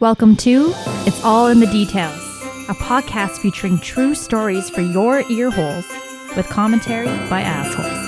Welcome to It's All in the Details, a podcast featuring true stories for your ear holes with commentary by assholes.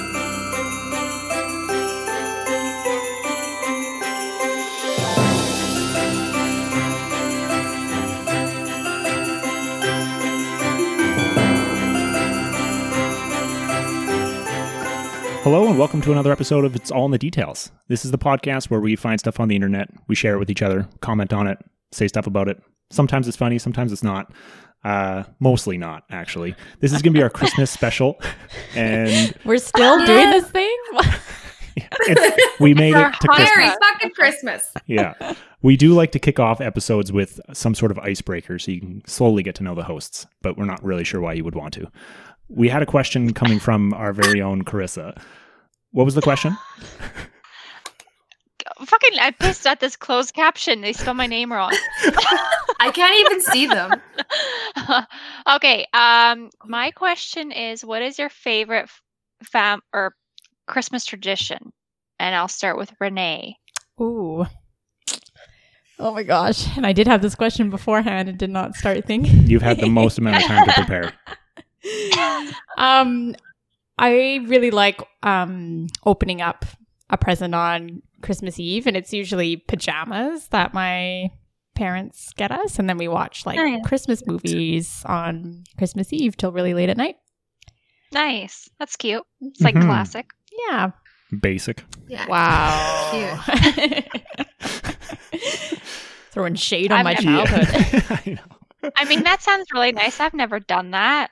Hello, and welcome to another episode of It's All in the Details. This is the podcast where we find stuff on the internet, we share it with each other, comment on it, say stuff about it. Sometimes it's funny, sometimes it's not. Uh, mostly not, actually. This is going to be our Christmas special, and We're still doing this thing? it's, we made it Merry to Christmas. fucking Christmas. Yeah. We do like to kick off episodes with some sort of icebreaker so you can slowly get to know the hosts, but we're not really sure why you would want to. We had a question coming from our very own Carissa. What was the question? fucking I pissed at this closed caption. They spelled my name wrong. I can't even see them. okay. Um my question is what is your favorite f- fam or Christmas tradition? And I'll start with Renee. Ooh. Oh my gosh. And I did have this question beforehand and did not start thinking. You've had the most amount of time to prepare. um I really like um opening up a present on Christmas Eve and it's usually pajamas that my parents get us and then we watch like Oh, yeah. Christmas movies on Christmas Eve till really late at night. Nice. That's cute. It's like Mhm. classic. Yeah. Basic. Yeah. Wow. Throwing shade on I've my never- childhood. I know. I mean, that sounds really nice. I've never done that.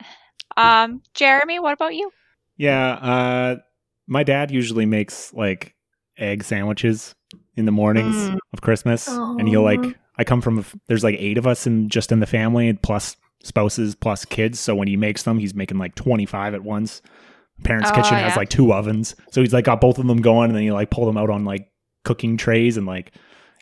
Um, Jeremy, what about you? Yeah, uh, my dad usually makes like egg sandwiches in the mornings Mm. of Christmas, and he'll like. I come from a f- there's like eight of us in just in the family, plus spouses, plus kids. So when he makes them, he's making like 25 at once. Parents' Oh, kitchen has yeah. like two ovens, so he's like got both of them going, and then he like pull them out on like cooking trays, and like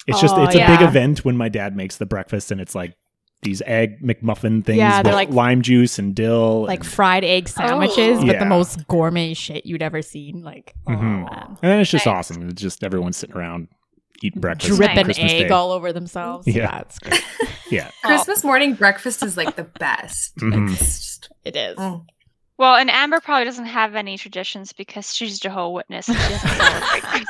it's just Oh, it's a big yeah. event when my dad makes the breakfast, and it's like these egg McMuffin things Yeah, they're with like- lime juice and dill, like and- fried egg sandwiches, but Oh. Yeah. the most gourmet shit you'd ever seen. Like oh, Mhm. man. And then it's just Nice. awesome. It's just everyone sitting around eating breakfast. on drip an Christmas Day. egg all over themselves. Yeah. Yeah, it's great. Yeah. Christmas morning breakfast is like the best. Mhm. It's just, it is. mm. Well, and Amber probably doesn't have any traditions because she's Jehovah Witness. And she doesn't celebrate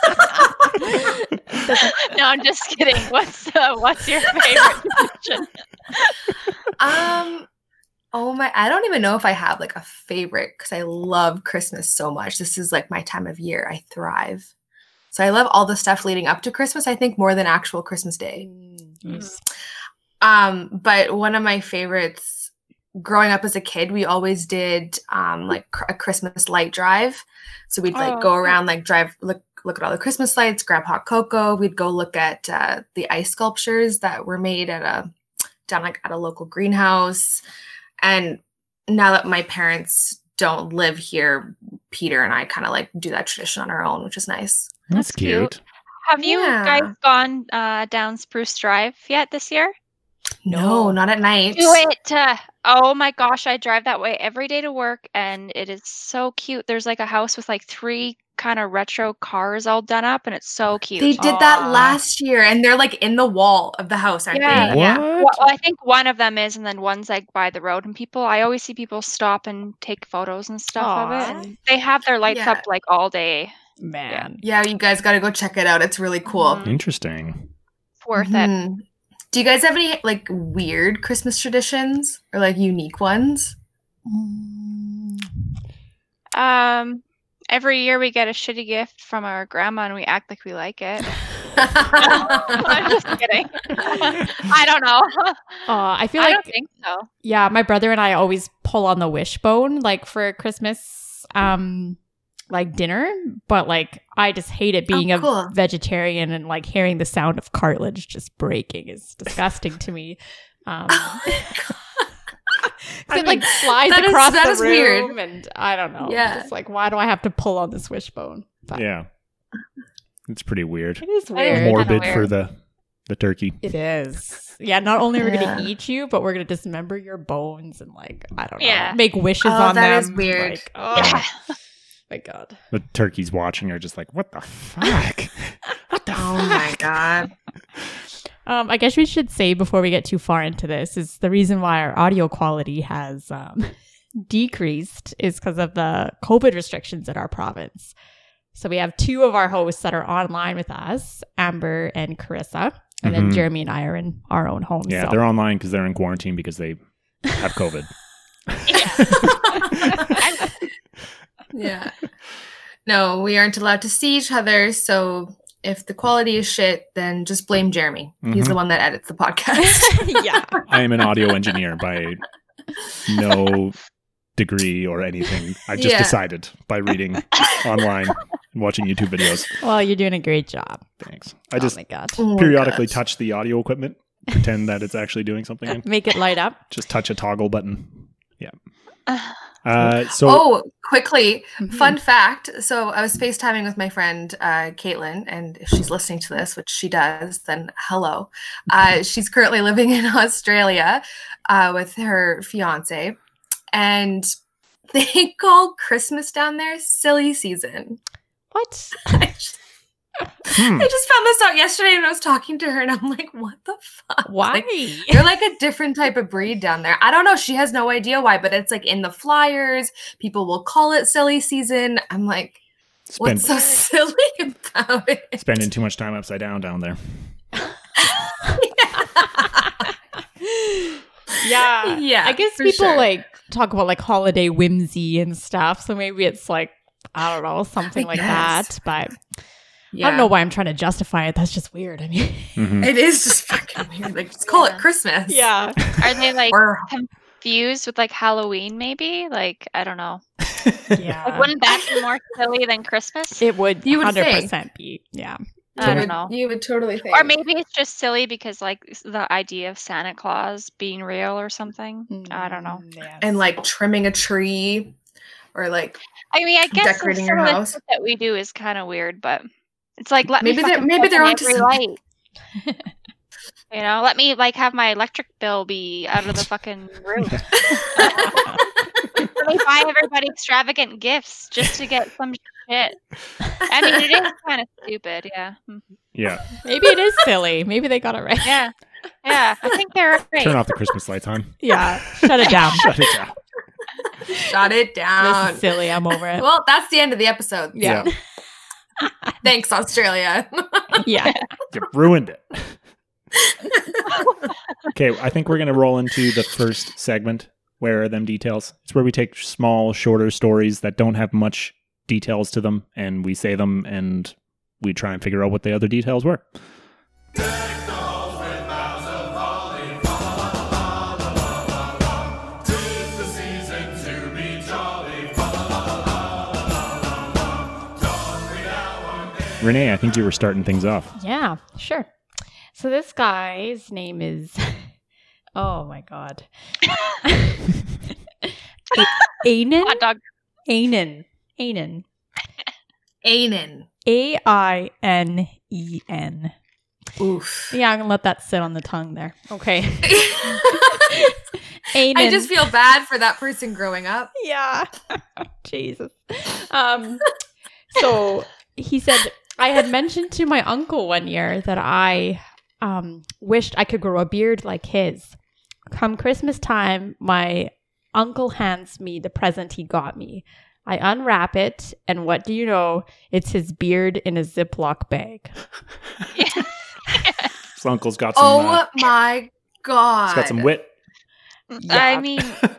Christmas. no, I'm just kidding. What's uh, what's your favorite tradition? Um, oh my, I don't even know if I have like a favorite because I love Christmas so much. This is like my time of year. I thrive. So I love all the stuff leading up to Christmas, I think more than actual Christmas Day. Yes. Um, but one of my favorites growing up as a kid, we always did um like cr- a Christmas light drive. So we'd like Oh, go cool. around like drive look look at all the Christmas lights, grab hot cocoa, we'd go look at uh, the ice sculptures that were made at a down like at a local greenhouse. And now that my parents don't live here, Peter and I kind of like do that tradition on our own, which is nice. That's That's cute. cute. Have you Yeah. guys gone uh, down Spruce Drive yet this year? No, No. not at night. Do it! uh, oh my gosh, I drive that way every day to work, and it is so cute. There's like a house with like three kind of retro cars all done up, and it's so cute. They did that Aw. last year, and they're like in the wall of the house, aren't Yeah. they? Well, well, I think one of them is, and then one's like by the road. And people, I always see people stop and take photos and stuff of Aw. it. And they have their lights Yeah. up like all day. Man, Yeah, you guys got to go check it out. It's really cool. Mhm. Interesting. It's worth it. Mhm. Do you guys have any like weird Christmas traditions or like unique ones? Mm. Um, every year we get a shitty gift from our grandma, and we act like we like it. I'm just kidding. I don't know. Aw, Oh, Uh, I feel I like don't think so. yeah, my brother and I always pull on the wishbone like for Christmas, um, like dinner. But like, I just hate it being Oh, cool. a vegetarian and like hearing the sound of cartilage just breaking is disgusting to me. Um, Oh I it like mean, flies that is- across that the is weird. room, and I don't know. Yeah. It's like, why do I have to pull on this wishbone? But Yeah. It's pretty weird. it is I don't- weird. More- Morbid weird. for the the turkey. It is. Yeah, not only are we gonna Yeah. eat you, but we're gonna dismember your bones and like I don't know, Yeah. make wishes Oh, on that them. is weird. Like, oh Yeah. my god. The turkeys watching are just like, what the fuck? what the oh my fuck? god. Um, I guess we should say before we get too far into this is the reason why our audio quality has um, decreased is because of the COVID restrictions in our province. So we have two of our hosts that are online with us, Amber and Carissa, and then Mhm. Jeremy and I are in our own homes. Yeah, so- they're online because they're in quarantine because they have COVID. yeah. No, we aren't allowed to see each other. So if the quality is shit, then just blame Jeremy. He's Mhm. Mm-hmm. the one that edits the podcast. yeah. I am an audio engineer by no degree or anything. I just Yeah. decided by reading online and watching YouTube videos. Well, you're doing a great job. Thanks. I just oh my god. Oh my periodically gosh. touch the audio equipment, pretend that it's actually doing something, and Make it light up. just touch a toggle button. Yeah. Uh, Uh, so Mm-hmm. Oh, quickly, fun fact. So I was FaceTiming with my friend uh, Caitlin, and if she's listening to this, which she does, then hello. Mm-hmm. Uh, she's currently living in Australia uh, with her fiance, and they call Christmas down there silly season. What? I just, hmm, I just found this out yesterday when I was talking to her, and I'm like, what the fuck? Why? Like, They're like a different type of breed down there. I don't know. She has no idea why, but it's like in the flyers. People will call it silly season. I'm like, spend, what's so silly about it? spending too much time upside down down there. yeah. Yeah, I guess for people sure. like talk about like holiday whimsy and stuff. So maybe it's like, I don't know, something I like guess. that. But Yeah. I don't know why I'm trying to justify it. That's just weird. I mean, Mhm. It is just fucking weird. Like, just call Yeah. it Christmas. yeah. are they like Or fused with like Halloween? Maybe like I don't know. Like, Uh, Yeah. wouldn't that be more silly than Christmas? it would You would 100% be. Yeah. I you don't would- know. You would totally think. Or maybe it's just silly because like s- the idea of Santa Claus being real or something. I don't know. Mm, yes. and like trimming a tree, or like I mean, I guess some- Decorating some your of the house. stuff that we do is kind of weird, but it's like let Maybe me they're- fucking maybe plug they're in onto every something. light. You know, let me like have my electric bill be out of the fucking roof. Let me buy everybody extravagant gifts just to get some shit. I mean, it is kind of stupid. Yeah, Mm. Yeah. Maybe it is silly. Maybe they got it right. yeah, yeah. I think they're right. Turn off the Christmas lights, hon. Yeah. Shut it down. Shut it down. shut it this down. is silly. I'm over it. Well, that's the end of the episode. Yeah. Thanks, Australia. yeah. You ruined it. okay, I think we're going to roll into the first segment. Where are them details? It's where we take small, shorter stories that don't have much details to them and we say them and we try and figure out what the other details were. Renee, I think you were starting things off. Yeah, sure. So this guy's name is Oh my god. Anon? Hot dog. Anon. Anon. Anon. A I N E N. Oof. Yeah, I'm gonna let that sit on the tongue there. Okay. Anon. I just feel bad for that person growing up. Yeah. Jesus. Um, so he said, I had mentioned to my uncle one year that I um, wished I could grow a beard like his. Come Christmas time, my uncle hands me the present he got me. I unwrap it, and what do you know? It's his beard in a Ziploc bag. His uncle's got some, Oh uh, my Oh, god. he's got some wit, I Yeah. mean, a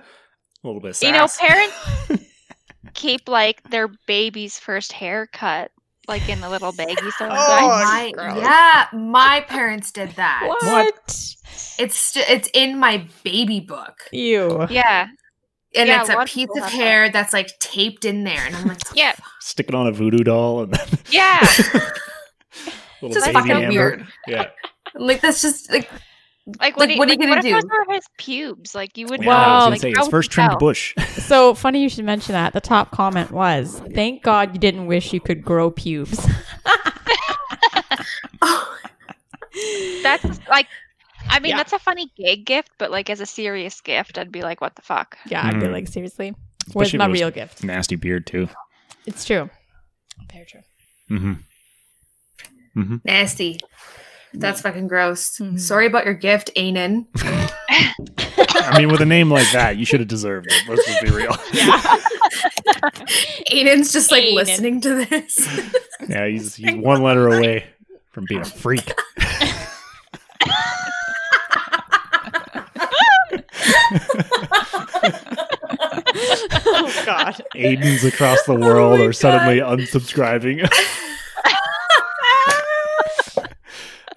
little bit of you know, sass. parents keep like their baby's first haircut like in the little baggy sometimes. My, yeah, my parents did that. What? It's st- it's in my baby book, You. Yeah, and Yeah, it's a lot a of piece people of have that. hair that's like taped in there, and I'm like, yeah, Stick it on a voodoo doll and then yeah. little Just baby fucking Amber. weird. Yeah. I'm like that's just like Like, what, Like, do you, what are you like, gonna what if do? those were his pubes? Like, you would Yeah, Wow. I was know. gonna Like, say, how it's would first you trimmed tell? bush. So funny you should mention that. The top comment was, "Thank God you didn't wish you could grow pubes." oh, That's like, I mean, Yeah. that's a funny gig gift, but like as a serious gift, I'd be like, what the fuck? Yeah, I'd be Mm. like, seriously, where's Especially my if it was- real gift? Nasty beard too. It's true. Very true. Mm-hmm. nasty. That's Mm. fucking gross. Mm-hmm. Mhm. Sorry about your gift, Anan. I mean, with a name like that, you should have deserved it. Let's just be real. Yeah. Anan's just like Anan. listening to this. Yeah, he's, he's one letter away from being a freak. oh God. Aiden's across the Oh world my or suddenly unsubscribing.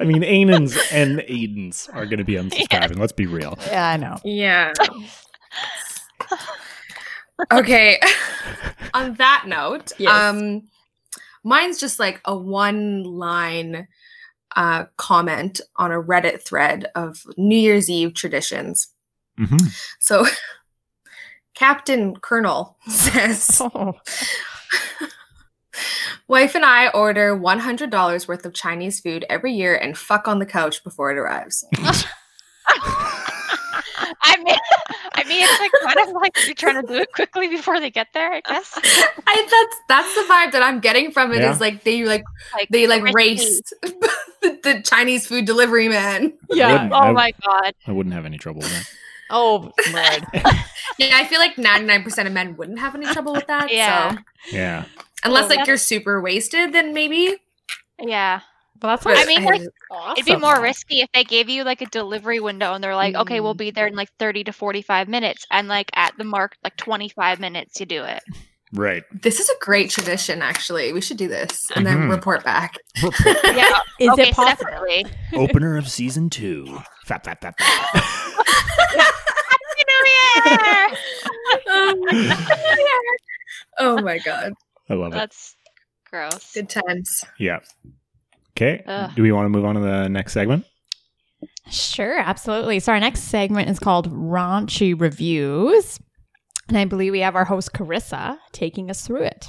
I mean, Ainans and Aidens are going to be unsubscribing. Let's be real. Yeah, I know. yeah. okay. On that note, Yes. um, mine's just like a one line uh, comment on a Reddit thread of New Year's Eve traditions. Mhm. So Captain Colonel says, Oh, Wife and I order $100 worth of Chinese food every year and fuck on the couch before it arrives. I mean, I mean, it's like kind of like you're trying to do it quickly before they get there. I guess. I, that's that's the vibe that I'm getting from it. Is Yeah. like they like they like race race. the, the Chinese food delivery man. Yeah. Wouldn't. Oh I- my god. I wouldn't have any trouble with that. Oh Lord. Yeah, I feel like 99% of men wouldn't have any trouble with that. Yeah. So Yeah. unless Oh, like that's- you're super wasted, then maybe. Yeah. Well, that's But I mean, like, awesome. It'd be more risky if they gave you like a delivery window and they're like, okay, we'll Mm. be there in like 30 to 45 minutes. And like at the mark, like 25 minutes, you do it. Right. this is a great tradition. Actually, we should do this and then Mhm. report back. Yeah. Is okay, it so possible? definitely. Opener of season two. Fap, fap, fap, fap. Happy New Year! oh my god, I love it. That's gross. good times. Yeah. Okay. Ugh. Do we want to move on to the next segment? Sure, absolutely. So our next segment is called Raunchy Reviews. And I believe we have our host Carissa taking us through it.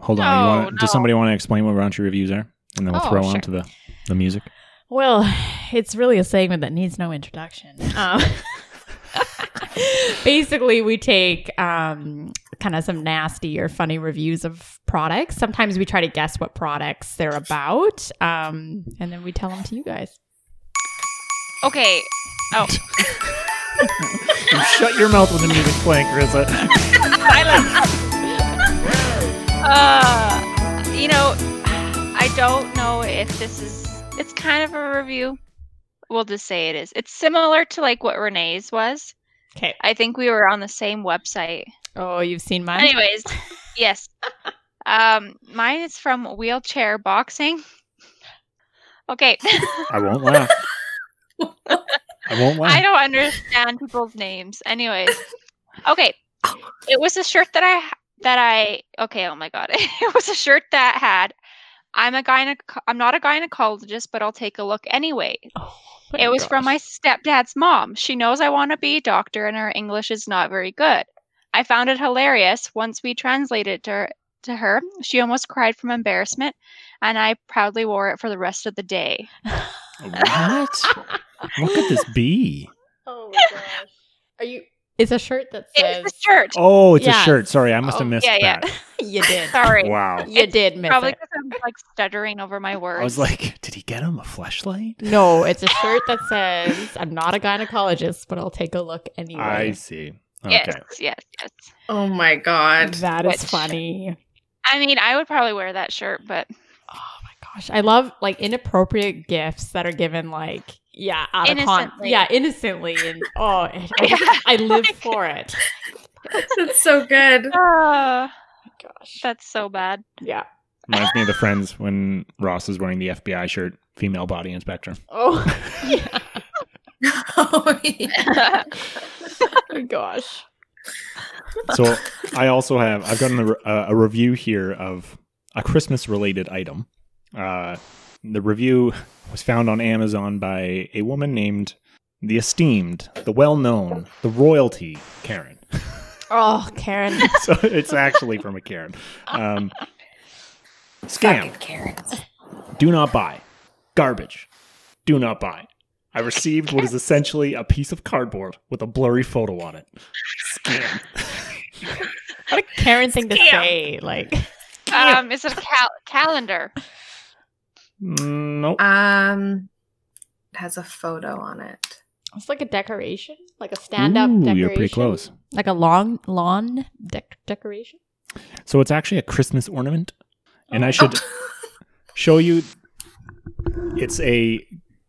Hold on. you No, wanna- Does no. somebody want to explain what raunchy reviews are? And then we'll Oh, throw sure. on to the, the music. Well, it's really a segment that needs no introduction. Um, basically, we take um, kind of some nasty or funny reviews of products. Sometimes we try to guess what products they're about, um, and then we tell them to you guys. Okay. You shut your mouth when the music's playing, Carissa. Silence. uh, you know, I don't know if this is, it's kind of a review. We'll just say it is. It's similar to like what Renee's was. Okay. I think we were on the same website. Oh, you've seen mine. Anyways, yes. Um, mine is from wheelchair boxing. Okay, I won't laugh. I won't laugh. I don't understand people's names. Anyways, okay, it was a shirt that I ha- that I okay. Oh my god, it was a shirt that had. I'm a gyne- I'm not a gynecologist, but I'll take a look anyway. Oh, It was from my stepdad's mom. She knows I want to be a doctor and her English is not very good. I found it hilarious once we translated it to her, to her. She almost cried from embarrassment and I proudly wore it for the rest of the day. What? what could this be? Oh my gosh. Are you? It's a shirt that It says. was the shirt. Oh, it's a Yes. shirt. Sorry, I must have Oh, missed yeah, yeah. that. You did. Sorry. Wow. You did miss Probably it. because I'm like stuttering over my words. I was like, did he get him a flashlight? No, it's a shirt that says, "I'm not a gynecologist, but I'll take a look anyway." I see. Okay. yes, yes, yes. Oh my god. That is Which- funny. I mean, I would probably wear that shirt, but Oh my gosh, I love like inappropriate gifts that are given like yeah, out of con- Innocently. yeah, innocently, and oh, it- I, I live for it. That's so good. uh, Gosh, that's so bad. yeah. Reminds me of the Friends when Ross is wearing the FBI shirt, female body inspector. Oh, yeah. oh, yeah. Um, Oh, gosh. So I also have I've gotten a, re- uh, a review here of a Christmas related item. Uh, the review was found on Amazon by a woman named the esteemed, the well-known, the royalty Karen. Oh, Karen. So it's actually from a Karen. Um, scam. Fucking Karens. Do not buy. Garbage. Do not buy. I received what is essentially a piece of cardboard with a blurry photo on it. Scam. What a Karen thing to Scam. say. Like, Um, is it a cal- calendar? Mm, Nope. Um, has a photo on it. It's like a decoration, like a stand-up Ooh, decoration. you're pretty close. Like a long lawn dec- decoration. So it's actually a Christmas ornament, and I Oh, should show you. It's a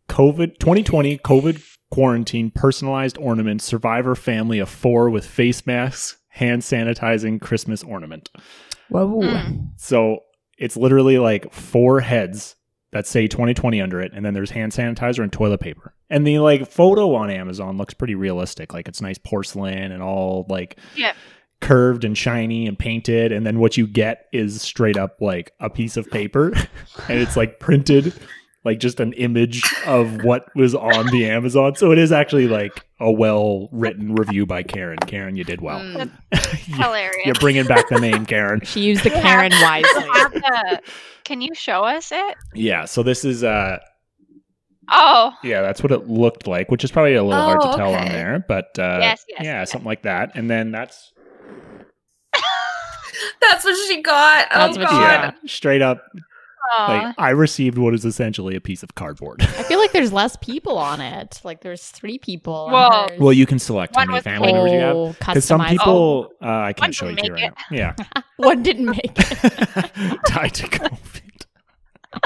COVID 2020 COVID quarantine personalized ornament survivor family of four with face masks, hand sanitizing Christmas ornament. Whoa. Hmm, So it's literally like four heads that say 2020 under it, and then there's hand sanitizer and toilet paper. And the like photo on Amazon looks pretty realistic. Like it's nice porcelain and all like Yeah. curved and shiny and painted. And then what you get is straight up like a piece of paper, and it's like printed. Like just an image of what was on the Amazon, so it is actually like a well-written review by Karen. Karen, you did well. Mm. Hilarious. You're bringing back the name, Karen. She used the Karen wisely. Have the- can you show us it? Yeah, so this is uh Oh, yeah, that's what it looked like, which is probably a little hard to Oh, tell on okay. there, but uh yes, yes. yeah, something like that. And then that's That's what she got. That's oh what she god. yeah, straight up Aw. like I received what is essentially a piece of cardboard. I feel like there's less people on it. Like there's three people. on Whoa. hers. well, you can select One how many was family members you have oh, because some customized. people uh, I can't One show you didn't two make right now. Yeah, One didn't make it. tied to COVID. You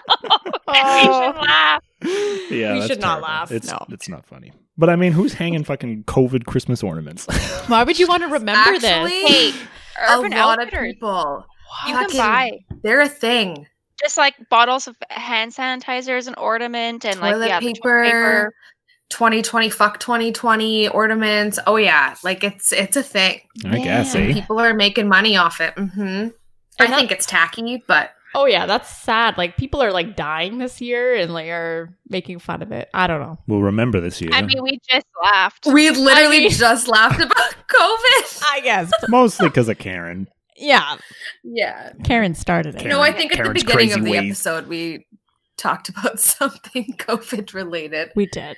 Oh. should Oh. laugh. Yeah, We that's should not terrible. laugh, It's, no. it's not funny. But I mean, who's hanging fucking COVID Christmas ornaments? Why would you want to remember this? Actually, Hey, Urban a lot Outfitters. of people. You can fucking- buy They're a thing. just like bottles of hand sanitizer as an ornament and like Toilet yeah, the paper, 2020 fuck 2020 ornaments. Oh yeah, like it's it's a thing. I guess, Yeah. eh? People are making money off it. hmm I And that- think it's tacky, but Oh yeah, that's sad. Like people are like dying this year and like are making fun of it. I don't know. We'll remember this year. I mean, we just laughed. we literally mean- just laughed about COVID. I guess. Mostly because of Karen. yeah. Yeah. Karen started it. Karen. no, I think at the Karen's beginning of crazy the ways. episode we talked about something COVID related. We did.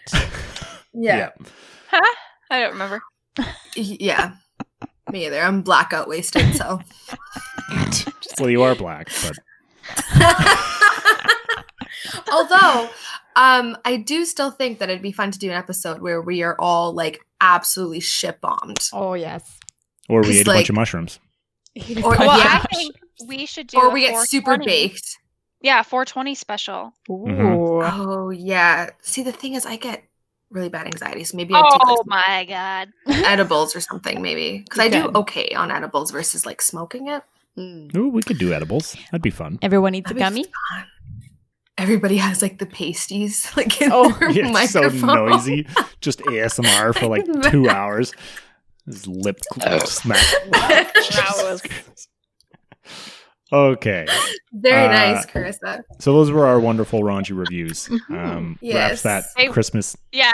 Yeah. huh? I don't remember. Y- Yeah. Me either. I'm blackout wasted, so Well, you are black, but Although, um, I do still think that it'd be fun to do an episode where we are all like absolutely shit bombed, Oh yes. or we He's ate a bunch like- of mushrooms. Oh, Or- Well, yeah. I think we should do or a we get super 420. baked. Yeah, 420 special. Mm-hmm. Ooh. Oh yeah. See, the thing is, I get really bad anxiety, so maybe I take like, Oh some my god. edibles or something, maybe because I do Good. okay on edibles versus like smoking it. Hmm. Mm. Ooh, we could do edibles. That'd be fun. Everyone eats a That'd be gummy. fun. Everybody has like the pasties, like in Oh, their Yeah, it's so microphone. noisy. Just ASMR for like two hours. His lip smack. Gross. okay. Very Uh, nice, Carissa. So those were our wonderful raunchy reviews. Mhm. Um, Wraps Yes. that Hey. Christmas. Yeah,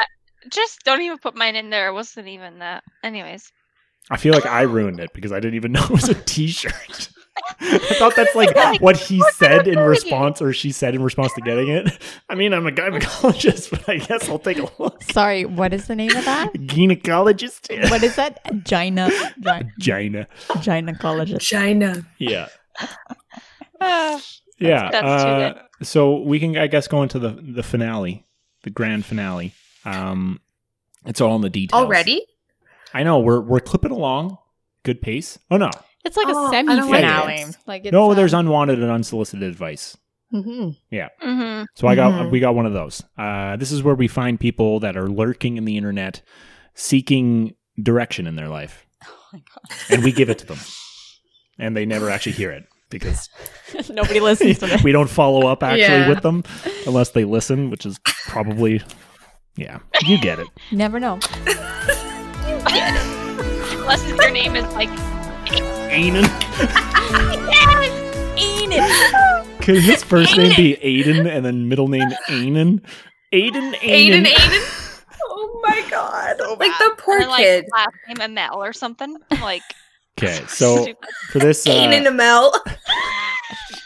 just don't even put mine in there. It wasn't even that. Anyways, I feel like I ruined it because I didn't even know it was a T-shirt. I thought that's like what he said in response, or she said in response to getting it. I mean, I'm a gynecologist, but I guess I'll take a look. Sorry, what is the name of that? Gynecologist. what is that? Gina, gy- Gina. gynecologist. China. Yeah. Uh, Yeah. that's too uh, so we can, I guess, go into the the finale, the grand finale. Um, it's all in the details Already? I know we're we're clipping along, good pace. Oh no, It's like Oh, a I don't like semi finale. this. Like it's, no, uh, there's unwanted and unsolicited advice. Mm-hmm. mhm. mhm. So I got Mhm. we got one of those. Uh, this is where we find people that are lurking in the internet, seeking direction in their life, Oh and we give it to them, and they never actually hear it because Nobody listens to this. we don't follow up actually Yeah. with them unless they listen, which is probably yeah. You get it. Never know. Unless if your name is like Aiden. Enid. Could his first name be Aiden and then middle name Aiden? Aiden Aiden. Aiden, Aiden. Oh my god. like the and poor then, like, kid. last name Amel or something. Like Okay, so stupid. for this Aiden uh, Amel.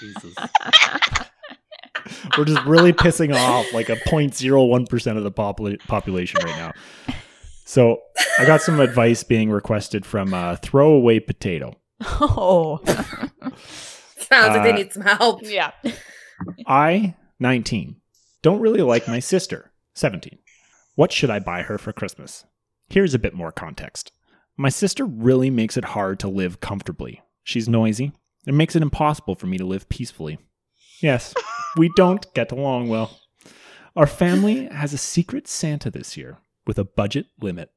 Jesus. We're just really pissing off like a 0.01% of the popula- population right now. So I got some advice being requested from uh, Throwaway Potato. Oh. Sounds like they Uh, need some help. Yeah. I, 19, don't really like my sister. 17. What should I buy her for Christmas? Here's a bit more context. My sister really makes it hard to live comfortably. She's noisy. It makes it impossible for me to live peacefully. Yes, we don't get along well. Our family has a secret Santa this year with a budget limit.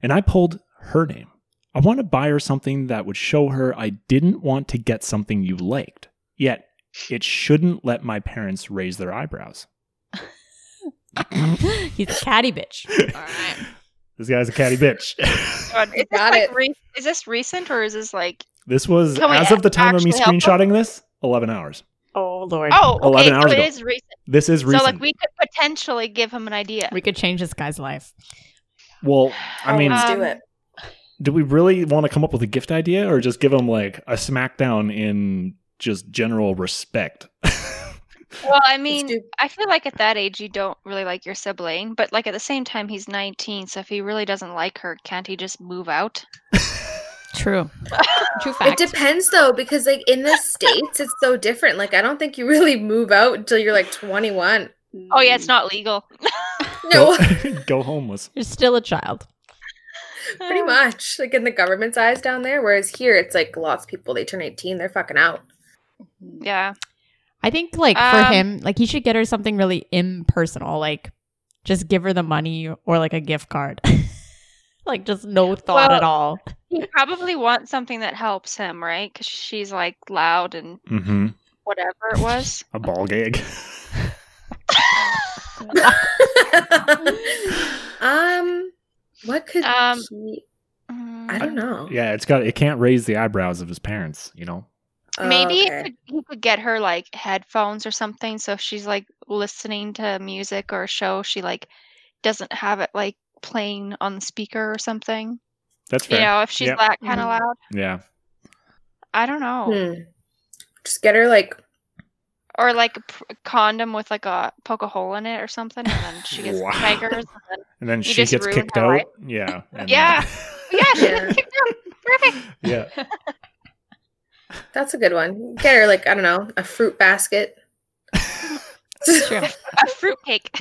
And I pulled her name. I want to buy her something that would show her I didn't want to get something you liked. Yet, it shouldn't let my parents raise their eyebrows. He's a catty bitch. All right. This guy's a catty bitch. God, is, this Got like it. re- is this recent or is this like This was, Can we as of the time of me actually help him? screenshotting this, 11 hours. Oh Lord. oh okay 11 hours so ago. it is recent. This is recent. so like we could potentially give him an idea We could change this guy's life. well, I mean, uh, let's um, do it. do we really want to come up with a gift idea or just give him like a smackdown in just general respect? well i Let's mean do- i feel like at that age you don't really like your sibling but like at the same time he's 19 so if he really doesn't like her can't he just move out True. True it fact. depends though, because like in the states, it's so different. Like I don't think you really move out until you're like 21. oh yeah it's Mm. not legal No, Go, go homeless. You're still a child. pretty much. Like in the government's eyes down there, whereas here it's like lots of people they turn 18, they're fucking out. Mm, yeah I think like for Um, him, like he should get her something really impersonal, like just give her the money or like a gift card. like just no thought Well- at all. he probably wants something that helps him right because she's like loud and Mm-hmm. whatever it was A ball gag. um, what could Um, he- Mm. I don't know. yeah, it's got, it can't raise the eyebrows of his parents, you know? Oh, Maybe it okay. could, he could get her like headphones or something. So if she's like listening to music or a show, she like doesn't have it like playing on the speaker or something. That's You fair. know, if she's Yep. that kind of Mhm. loud, Yeah. I don't know. Hmm. Just get her like Or like a pr- condom with like a poke a hole in it or something, and then she gets Wow. tigers. And then, And then You she just gets ruined kicked her out. life. Yeah. and Yeah. then- yeah, she Yeah. gets kicked out. Perfect. yeah. that's a good one. Get her like I don't know a fruit basket. A fruitcake.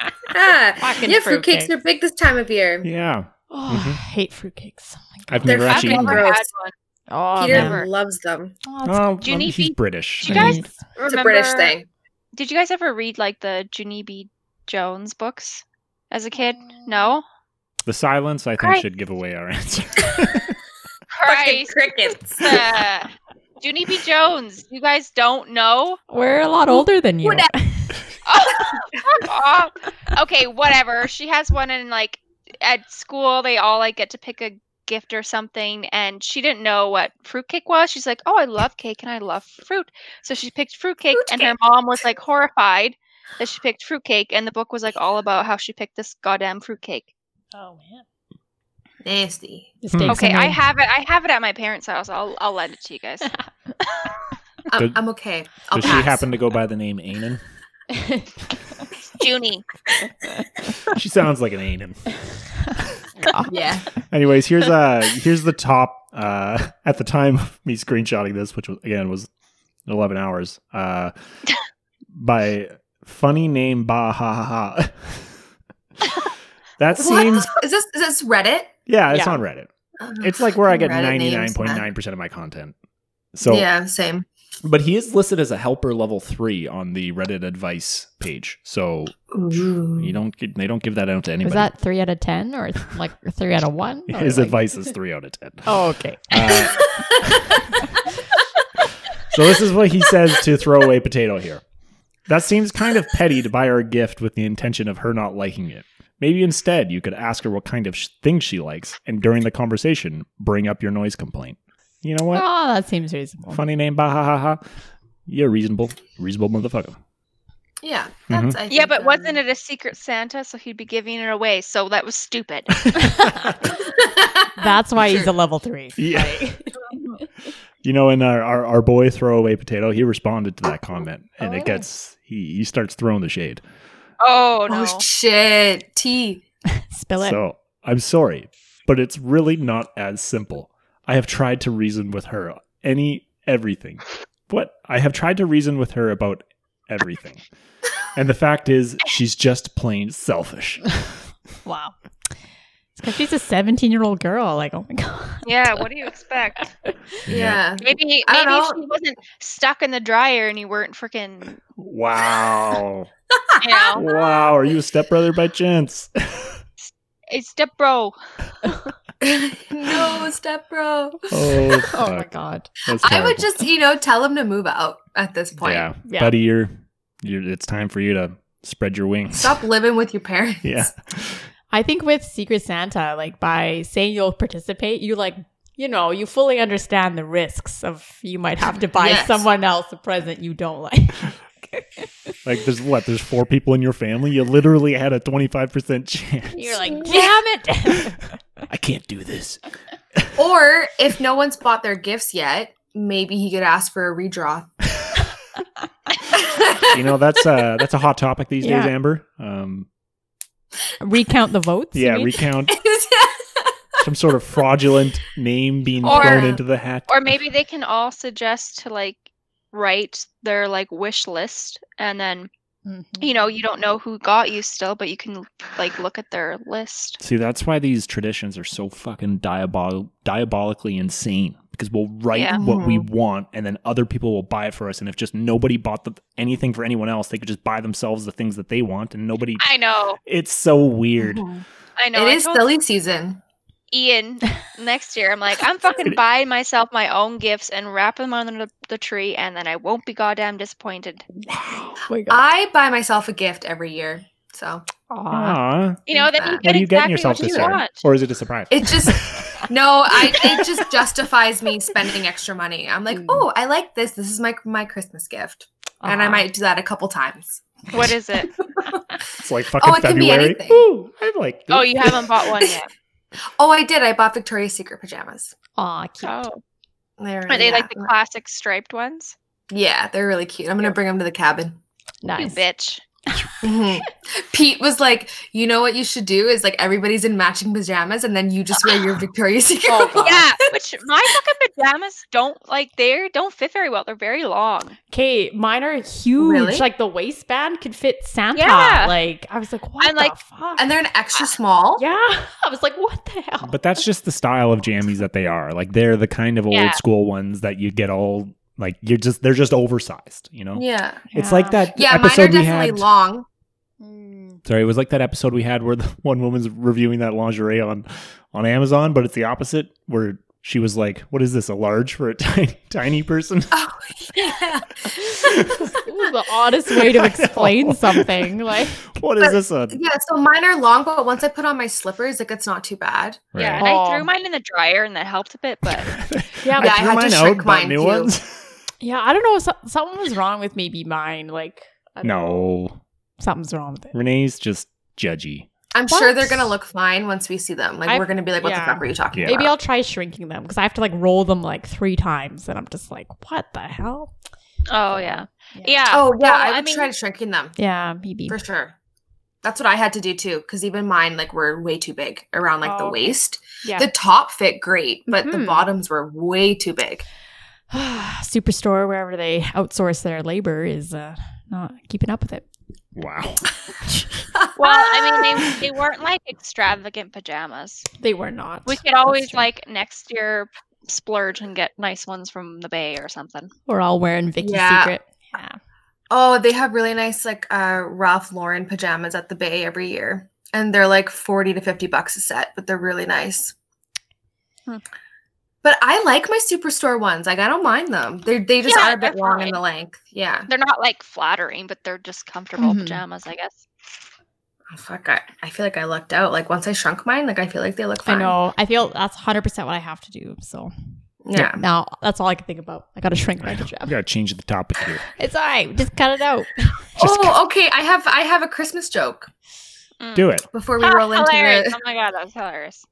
ah, Fucking yeah, fruitcakes fruitcake. are big this time of year. Yeah. Oh, I Mhm. hate fruitcakes. Oh my I've God. They're never actually fucking eaten I've never one. gross. had one. Oh, Peter man. man. loves them. Oh, it's- Oh, Do you um, need he's be- British. Do you I guys mean, It's remember? a British thing. Did you guys ever read like the Junie Jones books as a kid? No. the silence, I think, Christ. should give away our answer. Fucking Christ. crickets. Uh, Junie B. Jones. You guys don't know? We're a lot older than you. Whatever. Oh, fuck off. Okay, whatever. She has one and like at school they all like get to pick a gift or something and she didn't know what fruitcake was. She's like, Oh, I love cake and I love fruit. So she picked fruitcake and her mom was like horrified that she picked fruitcake and the book was like all about how she picked this goddamn fruitcake. Oh man. Nasty. Okay, I have it I have it at my parents' house. I'll I'll lend it to you guys. I'm, Does- I'm okay. I'll Does she pass. happen to go by the name Anan? Junie. She sounds like an Anan. Yeah. Anyways, here's uh here's the top uh at the time of me screenshotting this, which was, again was eleven hours. Uh by funny name Bah Ha Ha Ha. That seems What? Is this is this Reddit? yeah, it's Yeah. on Reddit. Ugh, It's like where I get Reddit ninety names, nine point man. nine percent of my content. So yeah, same. but he is listed as a helper level three on the Reddit advice page. So you don't they don't give that out to anybody. Was that three out of ten or like three out of one? Or, His like- advice is three out of ten. Oh, okay. Uh, so this is what he says to throw away potato here. That seems kind of petty to buy her a gift with the intention of her not liking it. Maybe instead you could ask her what kind of sh- thing she likes, and during the conversation, bring up your noise complaint. You know what? Oh, that seems reasonable. Funny name, bah ha ha ha. You're reasonable, reasonable motherfucker. Yeah, Mhm. that's, I Yeah, think, but um, wasn't it a secret Santa? So he'd be giving it away. So that was stupid. That's why he's a level three. Yeah. you know, and our, our our boy throwaway potato, he responded to that comment, and Oh. it gets he he starts throwing the shade. oh no. Oh shit! T. Spill it. So I'm sorry, but it's really not as simple. I have tried to reason with her any everything. What? I have tried to reason with her about everything. And the fact is, she's just plain selfish. Wow. Because she's a 17 year old girl. Like, oh my God. Yeah, what do you expect? Yeah. Maybe I maybe don't know. she wasn't stuck in the dryer and you weren't freaking Wow. you know wow. Are you a stepbrother by chance? a step bro. no, step bro. Oh, Oh my fuck. God. That's I would terrible. just, you know, tell him to move out at this point. Yeah. Yeah. Buddy, you're, you're, it's time for you to spread your wings. Stop living with your parents. Yeah. I think with Secret Santa, like by saying you'll participate, you like, you know, you fully understand the risks of you might have to buy Yes. someone else a present you don't like. Like, there's what? There's four people in your family? You literally had a 25% chance. You're like, damn it. I can't do this. Or if no one's bought their gifts yet, maybe he could ask for a redraw. You know, that's uh that's a hot topic these Yeah. days, Amber. Um Recount the votes. you yeah, mean? recount some sort of fraudulent name being Or- thrown into the hat. Or maybe they can all suggest to like write their like wish list and then Mhm. you know you don't know who got you still but you can like look at their list See, that's why these traditions are so fucking diabol- diabolically insane because we'll write Yeah. what we want and then other people will buy it for us and if just nobody bought the, anything for anyone else, they could just buy themselves the things that they want and nobody i know It's so Oh weird. i know it I is told silly season. ian next year i'm like i'm fucking buying myself my own gifts and wrapping them under the, the tree and then i won't be goddamn disappointed Oh my God. I buy myself a gift every year. So Aw. Ah, you know then you What get What are you getting exactly yourself what this you year? want Or is it a surprise? it just no, I it just justifies me spending extra money. I'm like, Mm. oh, I like this. This is my my Christmas gift. Ah, And I Aw. might do that a couple times. what is it It's like fucking oh, it could be February. anything. Ooh, I like this. oh you haven't bought one yet Oh, I did. I bought Victoria's Secret pajamas. Ah, Aw, cute. oh They're, are they yeah. like the classic striped ones Yeah, they're really cute. I'm gonna bring them to the cabin. you nice. bitch Mhm. Pete was like, "You know what you should do is like everybody's in matching pajamas, and then you just wear your Victoria's Secret." Oh, one." yeah which my fucking pajamas don't like they don't fit very well they're very long Okay, mine are huge. Really? Like the waistband could fit Santa. Yeah. Like I was like, what And, the like- fuck? and they're an extra small. yeah, I was like, what the hell? But that's just the style of jammies that they are. Like they're the kind of old Yeah. school ones that you get all like you're just they're just oversized, you know? yeah, It's like that yeah. Mine are episode we definitely had. long. Mm. Sorry, it was like that episode we had where the one woman's reviewing that lingerie on on Amazon, but it's the opposite where she was like, "What is this? A large for a tiny tiny person?" Oh, yeah. Ooh, the oddest way to I explain know. something. Like, What is this? A yeah. So mine are long, but once I put on my slippers, like it's not too bad. Yeah, and I threw mine in the dryer and that helped a bit, but yeah, Yeah, I threw had to mine shrink out, bought mine new too. ones. yeah. I don't know. So- something was wrong with maybe mine. Like, I don't know. No, something's wrong with it. Renee's just judgy. I'm sure What? they're gonna look fine once we see them. Like I- we're gonna be like, "What yeah. the fuck were you talking Yeah. about?" Maybe I'll try shrinking them because I have to like roll them like three times, and I'm just like, what the hell? oh yeah, Yeah, yeah. Oh yeah, Well, I would mean, try shrinking them Yeah, maybe. for sure. That's what I had to do too, because even mine like were way too big around like Oh, the okay. waist. Yeah. The top fit great, but the Mm-hmm. Mhm. bottoms were way too big. Superstore, wherever they outsource their labor, is uh, not keeping up with it. Wow. Well, I mean, they, they weren't like extravagant pajamas. They were not. We could That's always true. like next year splurge and get nice ones from the Bay or something. We're all wearing Vicky's Yeah. Secret. Yeah. Oh, they have really nice like uh Ralph Lauren pajamas at the Bay every year. And they're like 40 to 50 bucks a set, but they're really nice. Hmm. But I like my superstore ones. Like I don't mind them. They they just Yeah, are a bit they're long fine. in the length. Yeah. They're not like flattering, but they're just comfortable Mm-hmm. Mhm. pajamas, I guess. Oh, fuck, I, I feel like I lucked out. Like once I shrunk mine, like I feel like they look I fine. know. I feel that's 100% what I have to do. So Yeah. now that's all I can think about. I got to shrink my We job. gotta change the topic here. It's all right. Just cut it out. Just oh, okay. I have I have a Christmas joke do it. before we Ah, roll into hilarious. the Oh my god, that was hilarious.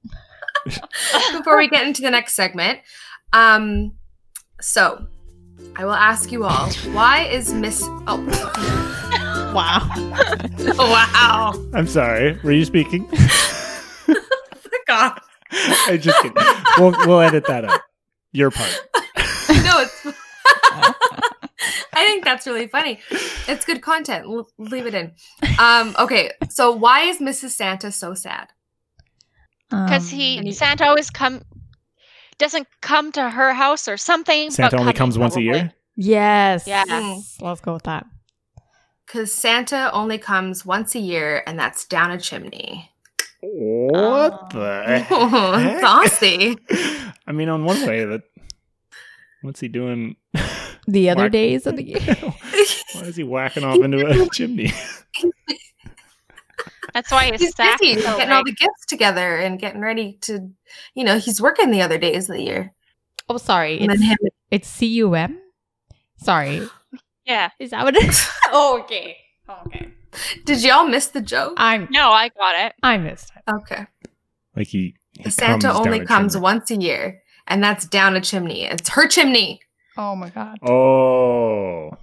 before we get into the next segment. Um, so I will ask you all, why is Miss? Oh, Wow. wow! I'm sorry. Were you speaking? God. I just kidding. We'll, we'll edit that out. Your part. No, it's. I think that's really funny. It's good content. L- leave it in. Um, okay, so why is Mrs. Santa so sad? because Um, he Um, Santa always come doesn't come to her house or something. but Santa only coming, comes once a probably. year. Yes. Yeah. Mm. Let's go with that. Because Santa only comes once a year, and that's down a chimney. What Oh. the? it's saucy. I mean, on one way, that what's he doing? The other Whack. days of the year. Why is he whacking off into a chimney? That's why he's, He's stacked. busy so getting all big. the gifts together and getting ready to, you know, he's working the other days of the year. Oh, sorry. And then It's, him. it's C U M. Sorry. yeah. Is that what it is? oh, okay. Oh, okay. Did y'all miss the joke? I'm No, I got it. I missed it. Okay. Like he, he Santa comes down only a comes chimney. once a year, and that's down a chimney. It's her chimney. Oh my god. Oh, Oh,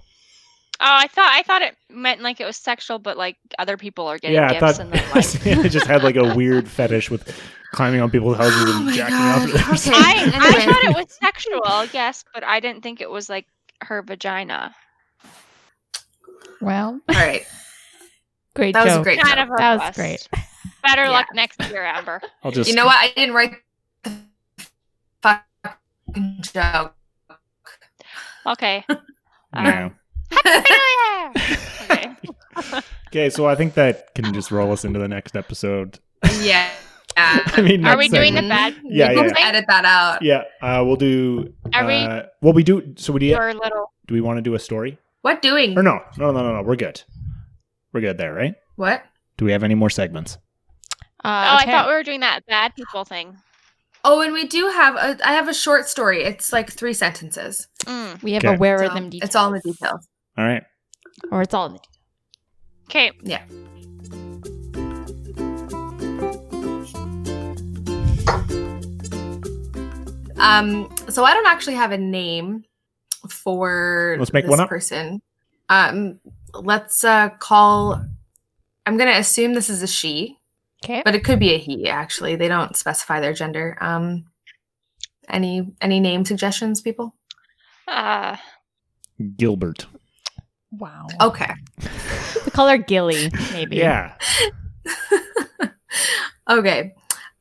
I thought I thought it meant like it was sexual, but like other people are getting yeah. I thought gifts and then like. Santa just had like a weird fetish with climbing on people's houses Oh and my jacking God. off. to them. Okay. I, I Anyway. thought it was sexual, yes, but I didn't think it was like her vagina. Well, All right. great That was a joke. great Kind joke. of a That was bust. great. Better Yeah. luck next year, Amber. I'll just You know what? I didn't write the fucking joke. Okay. No. okay. Okay, so I think that can just roll us into the next episode. Yeah. Yeah. I mean, Are next we doing the segment. bad Yeah, We'll yeah. Edit that out. Yeah, uh, we'll do. Are we- uh, Well, we do. So we do. or little? Do we want to do a story What doing? or no? No, no, no, no. We're good. We're good there, right? What? Do we have any more segments? Uh, Oh, I thought we were doing that bad people thing. Oh, and we do have a. I have a short story. It's like three sentences. Mm. we have Okay. a where are So them details. It's all in the details. All right. Or it's all in the details. Okay. Um. So I don't actually have a name for Let's make this one up. person. Um. Let's uh call. I'm gonna assume this is a she. Okay. but it could be a he actually they don't specify their gender um any any name suggestions people Uh, Gilbert. Wow. okay We call her Gilly, maybe. Yeah. okay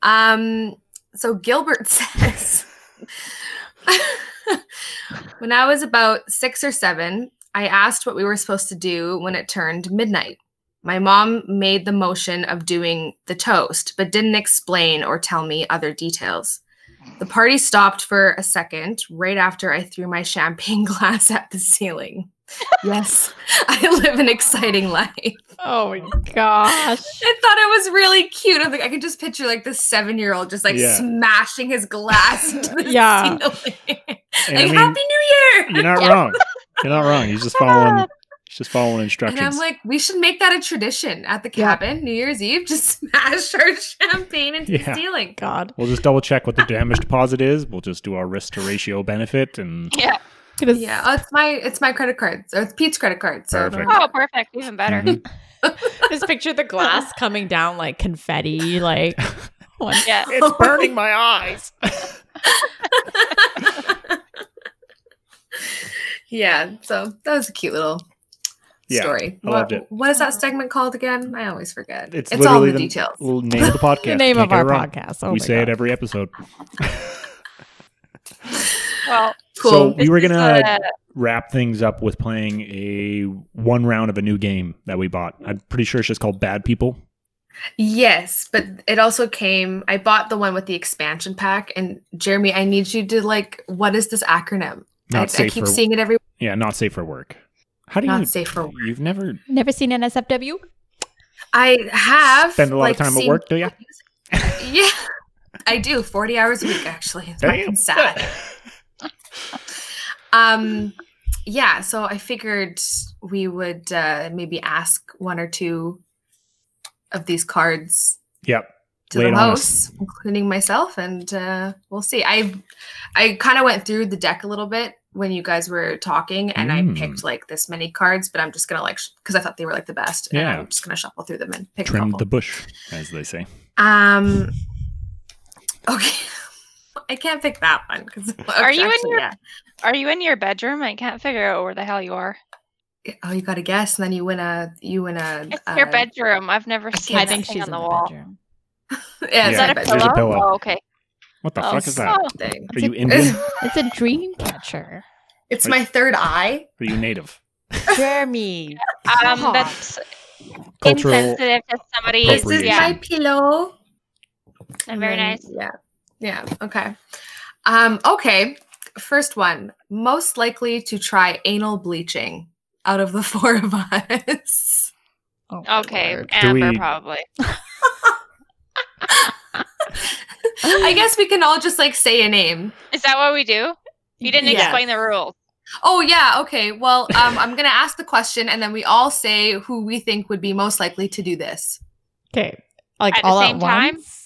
um so gilbert says when i was about six or seven i asked what we were supposed to do when it turned midnight my mom made the motion of doing the toast but didn't explain or tell me other details The party stopped for a second right after I threw my champagne glass at the ceiling. Yes, I live an exciting life. I Oh my gosh. thought it was really cute. I'm like, I could just picture like this seven year old just like Yeah. smashing his glass into the Yeah. ceiling. like, And I mean, Happy New Year! you're not wrong. You're not wrong. He's just following. He's just following And instructions. I'm like, we should make that a tradition at the Yeah. cabin, New Year's Eve, just smash our champagne into Yeah. the ceiling. God. we'll just double check what the damage deposit is. We'll just do our risk to ratio benefit and yeah. Gonna Yeah, oh, it's my it's my credit card. So it's Pete's credit card. So Perfect. don't worry. Oh, perfect. Even better. Mhm. Just picture the glass coming down like confetti, like one Yeah. it's burning my eyes. Yeah, so that was a cute little Yeah, story. I what, loved it. What is that segment called again? I always forget. It's, It's, literally all in the, the details. Little name of the podcast. the name Can't of get our it wrong. podcast. Oh we my say God. it every episode. So Well, Cool. we were this is, gonna uh, wrap things up with playing a one round of a new game that we bought. I'm pretty sure it's just called Bad People. yes, but it also came. I bought the one with the expansion pack, and Jeremy, I need you to like. What is this acronym? Not I, safe I keep for seeing it every. yeah, not safe for work. How do you Not safe for work. You've never Never seen an SFW? I have spend a lot like, of time at seen- work, do you? Yeah, I do. Forty hours a week, actually. It's fucking sad. um yeah so i figured we would uh maybe ask one or two of these cards yep. to Lay it the on us. hosts including myself and uh we'll see i i kind of went through the deck a little bit when you guys were talking and Mm. i picked like this many cards but i'm just gonna like because i thought they were like the best Yeah. and i'm just gonna shuffle through them and pick a Trim couple. the bush, as they say. Um. Okay. I can't pick that one because Are you in your- Are you in your bedroom? I can't figure out where the hell you are. Oh, you got to guess, and then you win a you win a. It's uh, your bedroom. I've never seen I I that think thing she's on in the the wall. bedroom. Yeah, Is it's Yeah, my that a bedroom. pillow? there's a pillow. Oh, okay. What the Oh, fuck is that? oh, Thing. Are you Indian? It's, It's a dream catcher. it's my third eye. Are you native? Um, Jeremy. Oh. God. that's Cultural. insensitive to somebody. Oh, This is Appropriation. Yeah, my pillow. not Oh, very And then- nice. Yeah. Yeah. Okay. Um, okay. First one. Most likely to try anal bleaching out of the four of us. Oh, my Okay, Lord. Amber we- probably. I guess we can all just like say a name. Is that what we do? You didn't Yeah. explain the rules. Oh yeah, okay. Well, um, I'm gonna ask the question and then we all say who we think would be most likely to do this. Okay. Like At the all same at time? once.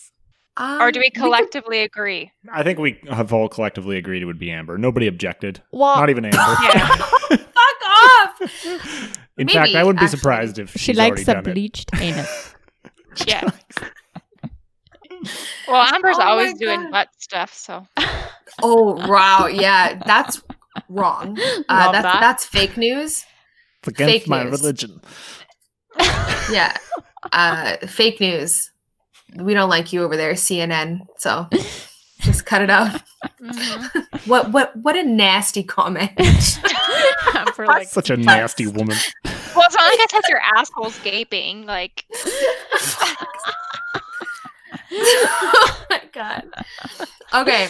Um, Or do we could- collectively agree? I think we have all collectively agreed it would be Amber. Nobody objected. Well, Not even Amber. Yeah. Fuck off! In Maybe, fact, I wouldn't be actually. surprised if she she's likes a already done it. bleached anus. Yeah. Well, Amber's Oh my always doing God. butt stuff, so Oh wow, yeah, that's wrong. Uh, Love that's that. that's fake news. It's against Fake my news. religion. yeah. Uh, fake news. We don't like you over there, CNN. So just cut it out. Mm-hmm. Mhm. What? What? What a nasty comment. For like Such a nasty woman. well, it's not like I said your asshole's gaping. Like, oh my god. Okay.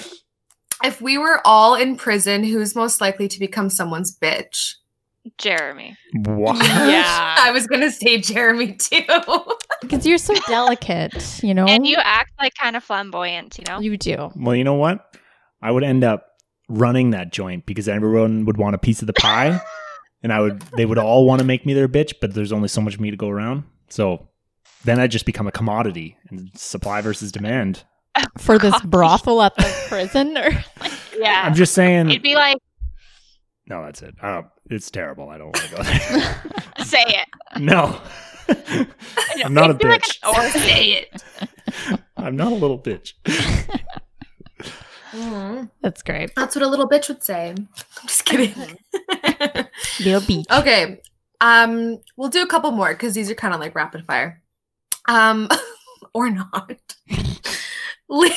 If we were all in prison, who's most likely to become someone's bitch? Jeremy. What? Yeah. I was gonna say Jeremy too. because you're so delicate, you know. And you act like kind of flamboyant, you know? You do. Well, you know what? I would end up running that joint because everyone would want a piece of the pie, and I would they would all want to make me their bitch, but there's only so much meat to go around. So then I just become a commodity and supply versus demand. for this Coffee. brothel at the prison or yeah. I'm just saying. It'd be like, no, that's it. I don't, it's terrible. I don't want to go there. say it. no, I'm not a It'd be like bitch. an orgy. say it. I'm not a little bitch. that's great That's what a little bitch would say. Mm-hmm. I'm just kidding. little beach Okay. Um, we'll do a couple more because these are kind of like rapid fire. Um, or not. Le-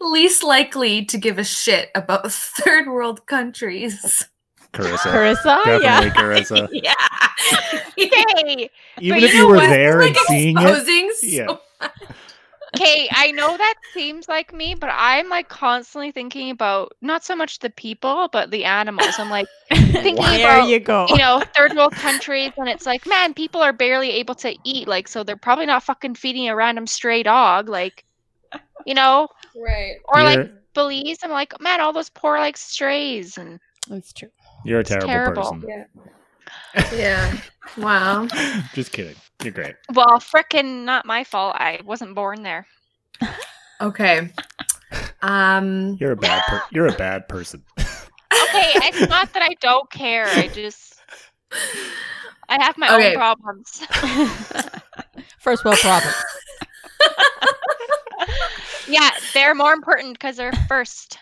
least likely to give a shit about third world countries. Carissa, carissa Oh, definitely uh, yeah Carissa. yeah. Okay. Even you if know you were what? there and Like seeing it, exposing Yeah. so- Okay, I know that seems like me, but I'm like constantly thinking about not so much the people, but the animals. I'm like thinking there about you go you know, third world countries, and it's like, man, people are barely able to eat, like, so they're probably not fucking feeding a random stray dog, like, you know, Right. or like You're- Belize. I'm like, man, all those poor like strays, and that's true you're a It's terrible, terrible. person. Yeah. Wow. Just kidding. You're great. well, frickin' not my fault. I wasn't born there. Okay. Um You're a bad. Per- you're a bad person. Okay, it's not that I don't care. I just I have my Okay. own problems. first world problem yeah, they're more important because they're first.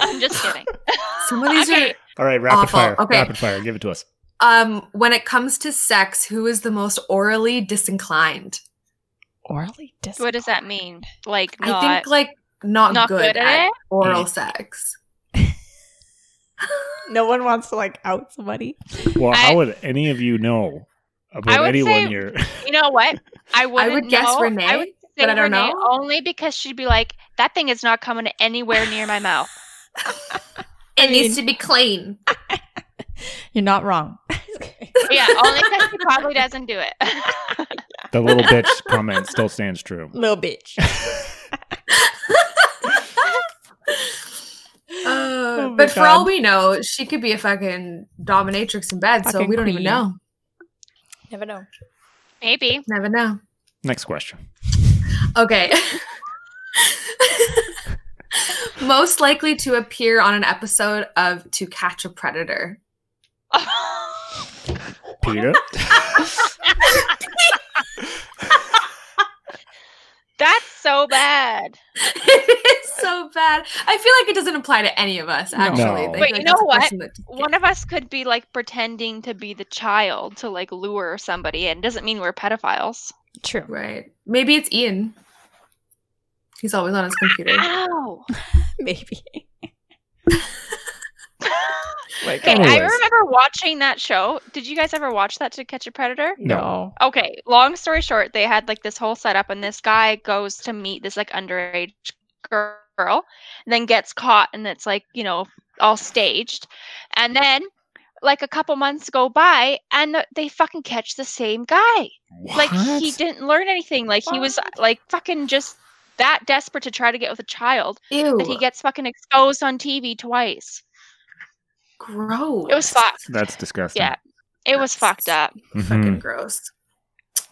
I'm just kidding. some of these Okay. are All right, rapid Awful. fire. Okay. Rapid fire. Give it to us. um when it comes to sex, who is the most orally disinclined? orally dis- What does that mean? Like not I think like not, not good, good at at it? oral Mm. sex. no one wants to like out somebody Well, I- how would any of you know I about would anyone say- here? You know what? I wouldn't guess know. I Renee, would say but I don't Renee know. only because she'd be like, "That thing is not coming anywhere near my mouth." It needs to be clean. you're not wrong yeah, only because she probably doesn't do it. the little bitch comment still stands true. little bitch Uh, my but for all God. we know, she could be a fucking dominatrix in bed, so Fucking we don't even queen. know. never know Maybe. Never know. Next question. Okay. Most likely to appear on an episode of To Catch a Predator. Peter. That's so bad. it is so bad. I feel like it doesn't apply to any of us, actually. No. Like, Wait, like, you that's know a what? person that- One of us could be like pretending to be the child to like lure somebody in. Doesn't mean we're pedophiles. True. Right. Maybe it's Ian. He's always on his computer. Ow. Maybe. Like, Okay, I anyways. remember watching that show. Did you guys ever watch that to catch a predator? No. Okay, long story short, they had like this whole setup, and this guy goes to meet this like underage girl, and then gets caught, and it's like you know all staged, and then like a couple months go by, and th- they fucking catch the same guy. Like he didn't learn anything. Like he was like fucking just that desperate to try to get with a child Ew. that he gets fucking exposed on TV twice. gross. It was fucked. That's disgusting. Yeah, It was fucked up. Fucking Mhm. gross.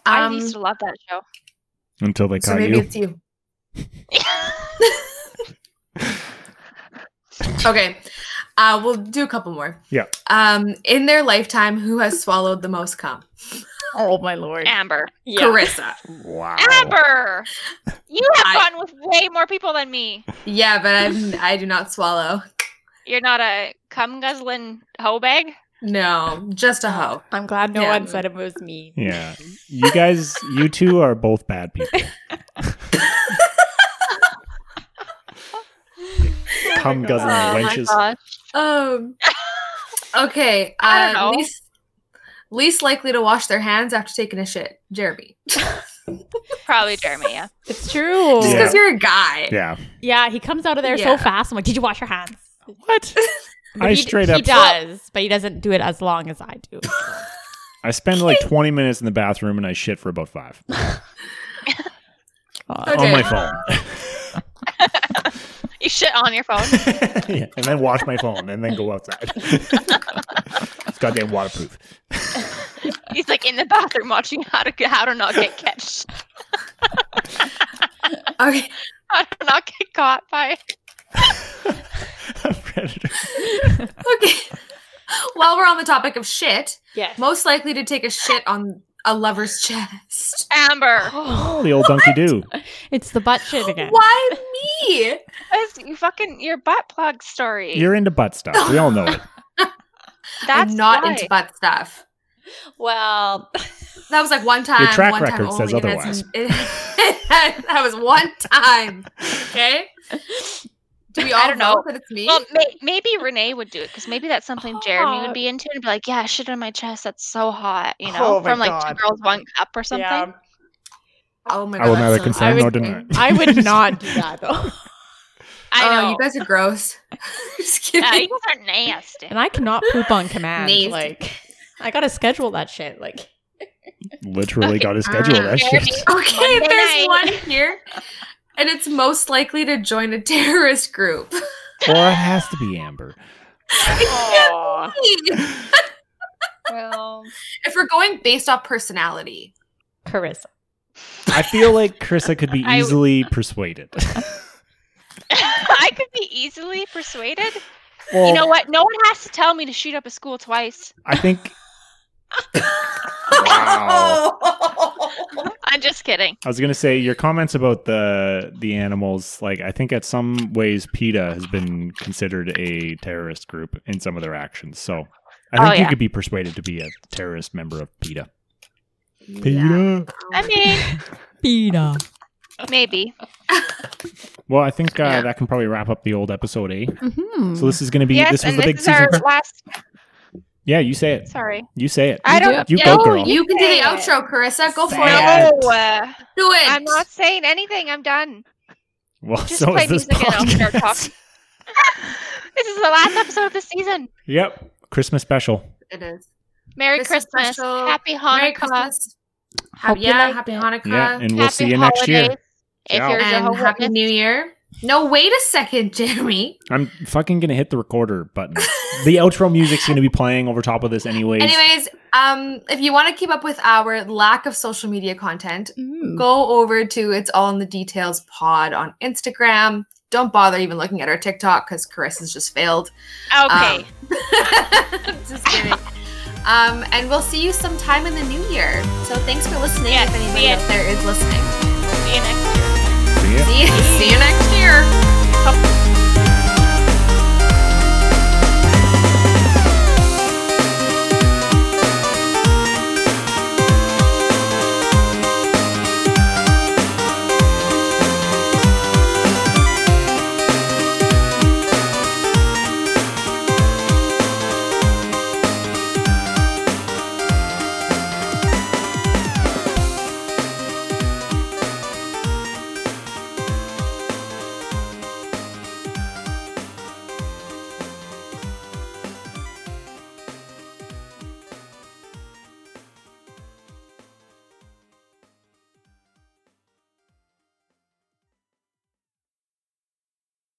I Um, used to love that show. Mm-hmm. Until they so caught maybe you. it's you. Okay. Uh, we'll do a couple more. Yeah. Um, in their lifetime, who has swallowed the most cum? Oh my lord. Amber. Yeah. Carissa. Wow. Amber, you Oh. have I- fun with way more people than me. Yeah, but I, I do not swallow. You're not a cum guzzling hoe bag. No, just a hoe. I'm glad no Yeah. one said it was me. Yeah. You guys, you two are both bad people. Cum guzzling Oh my wenches. gosh. Um. Okay. Uh, I don't know. Least, least likely to wash their hands after taking a shit, Jeremy. Probably Jeremy. Yeah. It's Oh, true. Just Yeah. because you're a guy. Yeah. Yeah, he comes out of there Yeah. so fast. I'm like, did you wash your hands? What? I he, straight he up does, but he doesn't do it as long as I do. I spend like 20 minutes in the bathroom and I shit for about 5 on Oh Okay. my phone. You shit on your phone. yeah, and then wash my phone and then go outside. it's goddamn waterproof. He's like in the bathroom watching how to how to not get catch, Okay. how to not get caught by. Predator. Okay. While we're on the topic of shit, yeah. most likely to take a shit on a lover's chest. Amber, Oh, the old donkey do. It's the butt shit again. Why me? that's you fucking your butt plug story. You're into butt stuff. We all know it. that's I'm not why. into butt stuff. Well, That was like one time. Your track one time record says only, and otherwise. that's- it- that was one time. Okay. Do we all I don't know. vote that it's me? Well, may- maybe Renee would do it because maybe that's something Jeremy Oh. would be into and be like, "Yeah, shit on my chest. That's so hot," you know, Oh my from like God. two girls, one cup or something. yeah, oh my god. I will that neither sounds confirm I nor would- deny. I would not do that though. I oh, know. you guys are gross. Just kidding. Yeah, you guys are nasty. And I cannot poop on command. Nasty. Like, I gotta schedule that shit. Like, Literally got to schedule that Jeremy, shit. okay, Monday there's night. one here, and it's most likely to join a terrorist group. Or it has to be Amber. oh, if well, we're going based off personality, Carissa. I feel like Krista could be I- easily persuaded. I could be easily persuaded. Well, you know what? No one has to tell me to shoot up a school twice. I think. wow. I'm just kidding. I was gonna say your comments about the the animals. Like, I think at some ways PETA has been considered a terrorist group in some of their actions. So, I Oh, think you yeah. could be persuaded to be a terrorist member of PETA. PETA. Oh. I mean, Pina. maybe. Well, I think uh, Yeah. that can probably wrap up the old episode, eh? Mm-hmm. So this is gonna be Mm. yes, this was and the big this is our season. fi- last. yeah, you say it. Sorry, You say it. I do don't. it. You yeah, Oh, go, no, girl. You can do say the Oh, it. outro, Carissa. Go for Say it. No, uh, Do it. I'm not saying anything. I'm done. Well, Just so play is this music and I'll start podcast. talking. this is the last episode of the season. Yep, Christmas special. It is. Merry Christmas Christmas, special. happy Hanukkah, Merry Christmas. Hope Happy, you yeah, liked happy it. Hanukkah. Yeah, and we'll happy see you holidays. next year. If Ciao. you're and Jehovah's happy Witness, new year no wait a second jeremy I'm fucking gonna hit the recorder button. the outro music's gonna be playing over top of this, anyways. anyways um if you want to keep up with our lack of social media content Mm. go over to it's all in the details pod on instagram don't bother even looking at our tiktok because carissa's just failed Okay. um, just kidding um and we'll see you sometime in the new year so thanks for listening Yes, if anybody see ya. out there is listening see you See next. See ya. See, see you next year.